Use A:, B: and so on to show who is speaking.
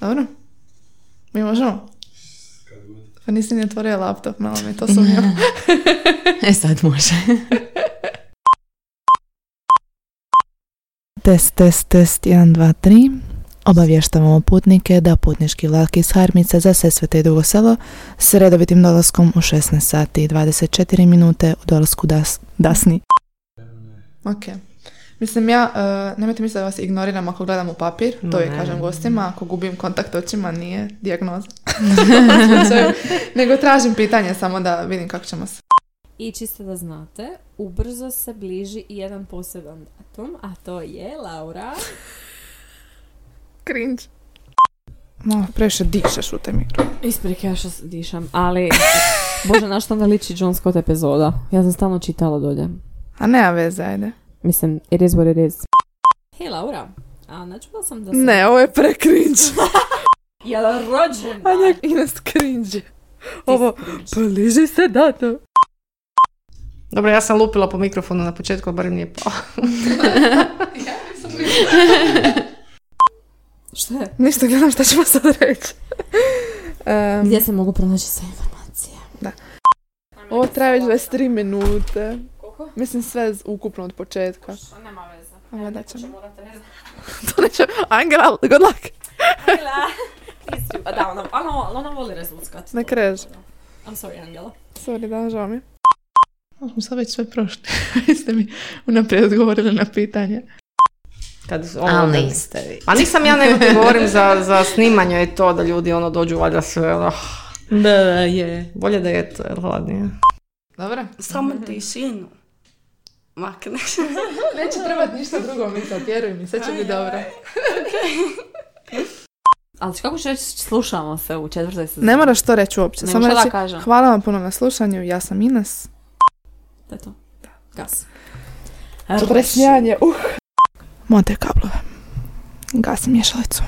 A: Dobro. Mi možemo?
B: Kad god.
A: Pa nisi ni otvorio laptop, malo mi je to sumnjam.
C: E sad može.
D: Test, test, test, 1, 2, 3. Obavještavamo putnike da putnički vlak iz Harmice za Sesvete i Dugo Selo s redovitim dolaskom u 16 sati i 24 minute u dolasku das, dasni.
A: ok. Mislim, ja, uh, nemojte misliti da vas ignoriram ako gledam u papir, to
C: Ma
A: uvijek
C: ne.
A: kažem gostima, ako gubim kontakt očima nije dijagnoza. Nego tražim pitanje samo da vidim kako ćemo se.
E: I čisto da znate, ubrzo se bliži i jedan poseban datum, a to je Laura.
A: Cringe. Malo previše dišeš u te mikro.
E: Isprike, ja što se dišam, ali... Bože, na što onda liči John Scott epizoda? Ja sam stalno čitala dolje.
A: A nema veze, ajde.
E: Mislim, it is what it is. Hej Laura, a načula sam da sam...
A: ovo je pre cringe.
E: Jel rođen
A: Ines cringe.
E: Pa
D: Bliži se dato.
F: Dobro, ja sam lupila po mikrofonu na početku, ali barem nije pao.
E: Šta je?
A: Ništa, gledam šta ćemo sad reći. Em,
E: Gdje se mogu pronaći sve informacije?
A: Da. Ovo traje već 23 minute.
E: Koliko?
A: Mislim sve z- ukupno od početka.
E: Nema veze. Znači,
A: Ajmo, da ćemo.
E: morate ne znam.
A: to neće... Angela, good luck!
E: Angela! ti si- Da, ona, ona, ona voli rezultat.
A: Ne kreš.
E: I'm sorry, Angela.
A: Sorry, da, žao mi. Ovo smo sad već sve prošli. Vi ste mi unaprijed odgovorili na pitanje.
F: Kad ono,
C: Ali niste vi.
F: Pa nisam ja nego ti govorim za, za snimanje je to da ljudi ono dođu valjda sve ono,
C: Da, je.
F: bolje da je to jel hladnije.
A: Dobro.
G: Samo tišinu. Makne.
A: Neće trebati ništa drugo mislat, vjeruj mi, sve će biti dobro.
E: Ali kako ću reći, slušamo se u četvrtoj sezoni.
A: Ne moraš to reći uopće,
E: Nego
A: samo
E: šta da
A: reći
E: kažem?
A: hvala vam puno na slušanju, ja sam Ines.
E: To je to. Gas.
A: Presnjanje, uh. Monte kablove. Gasim mješalicu.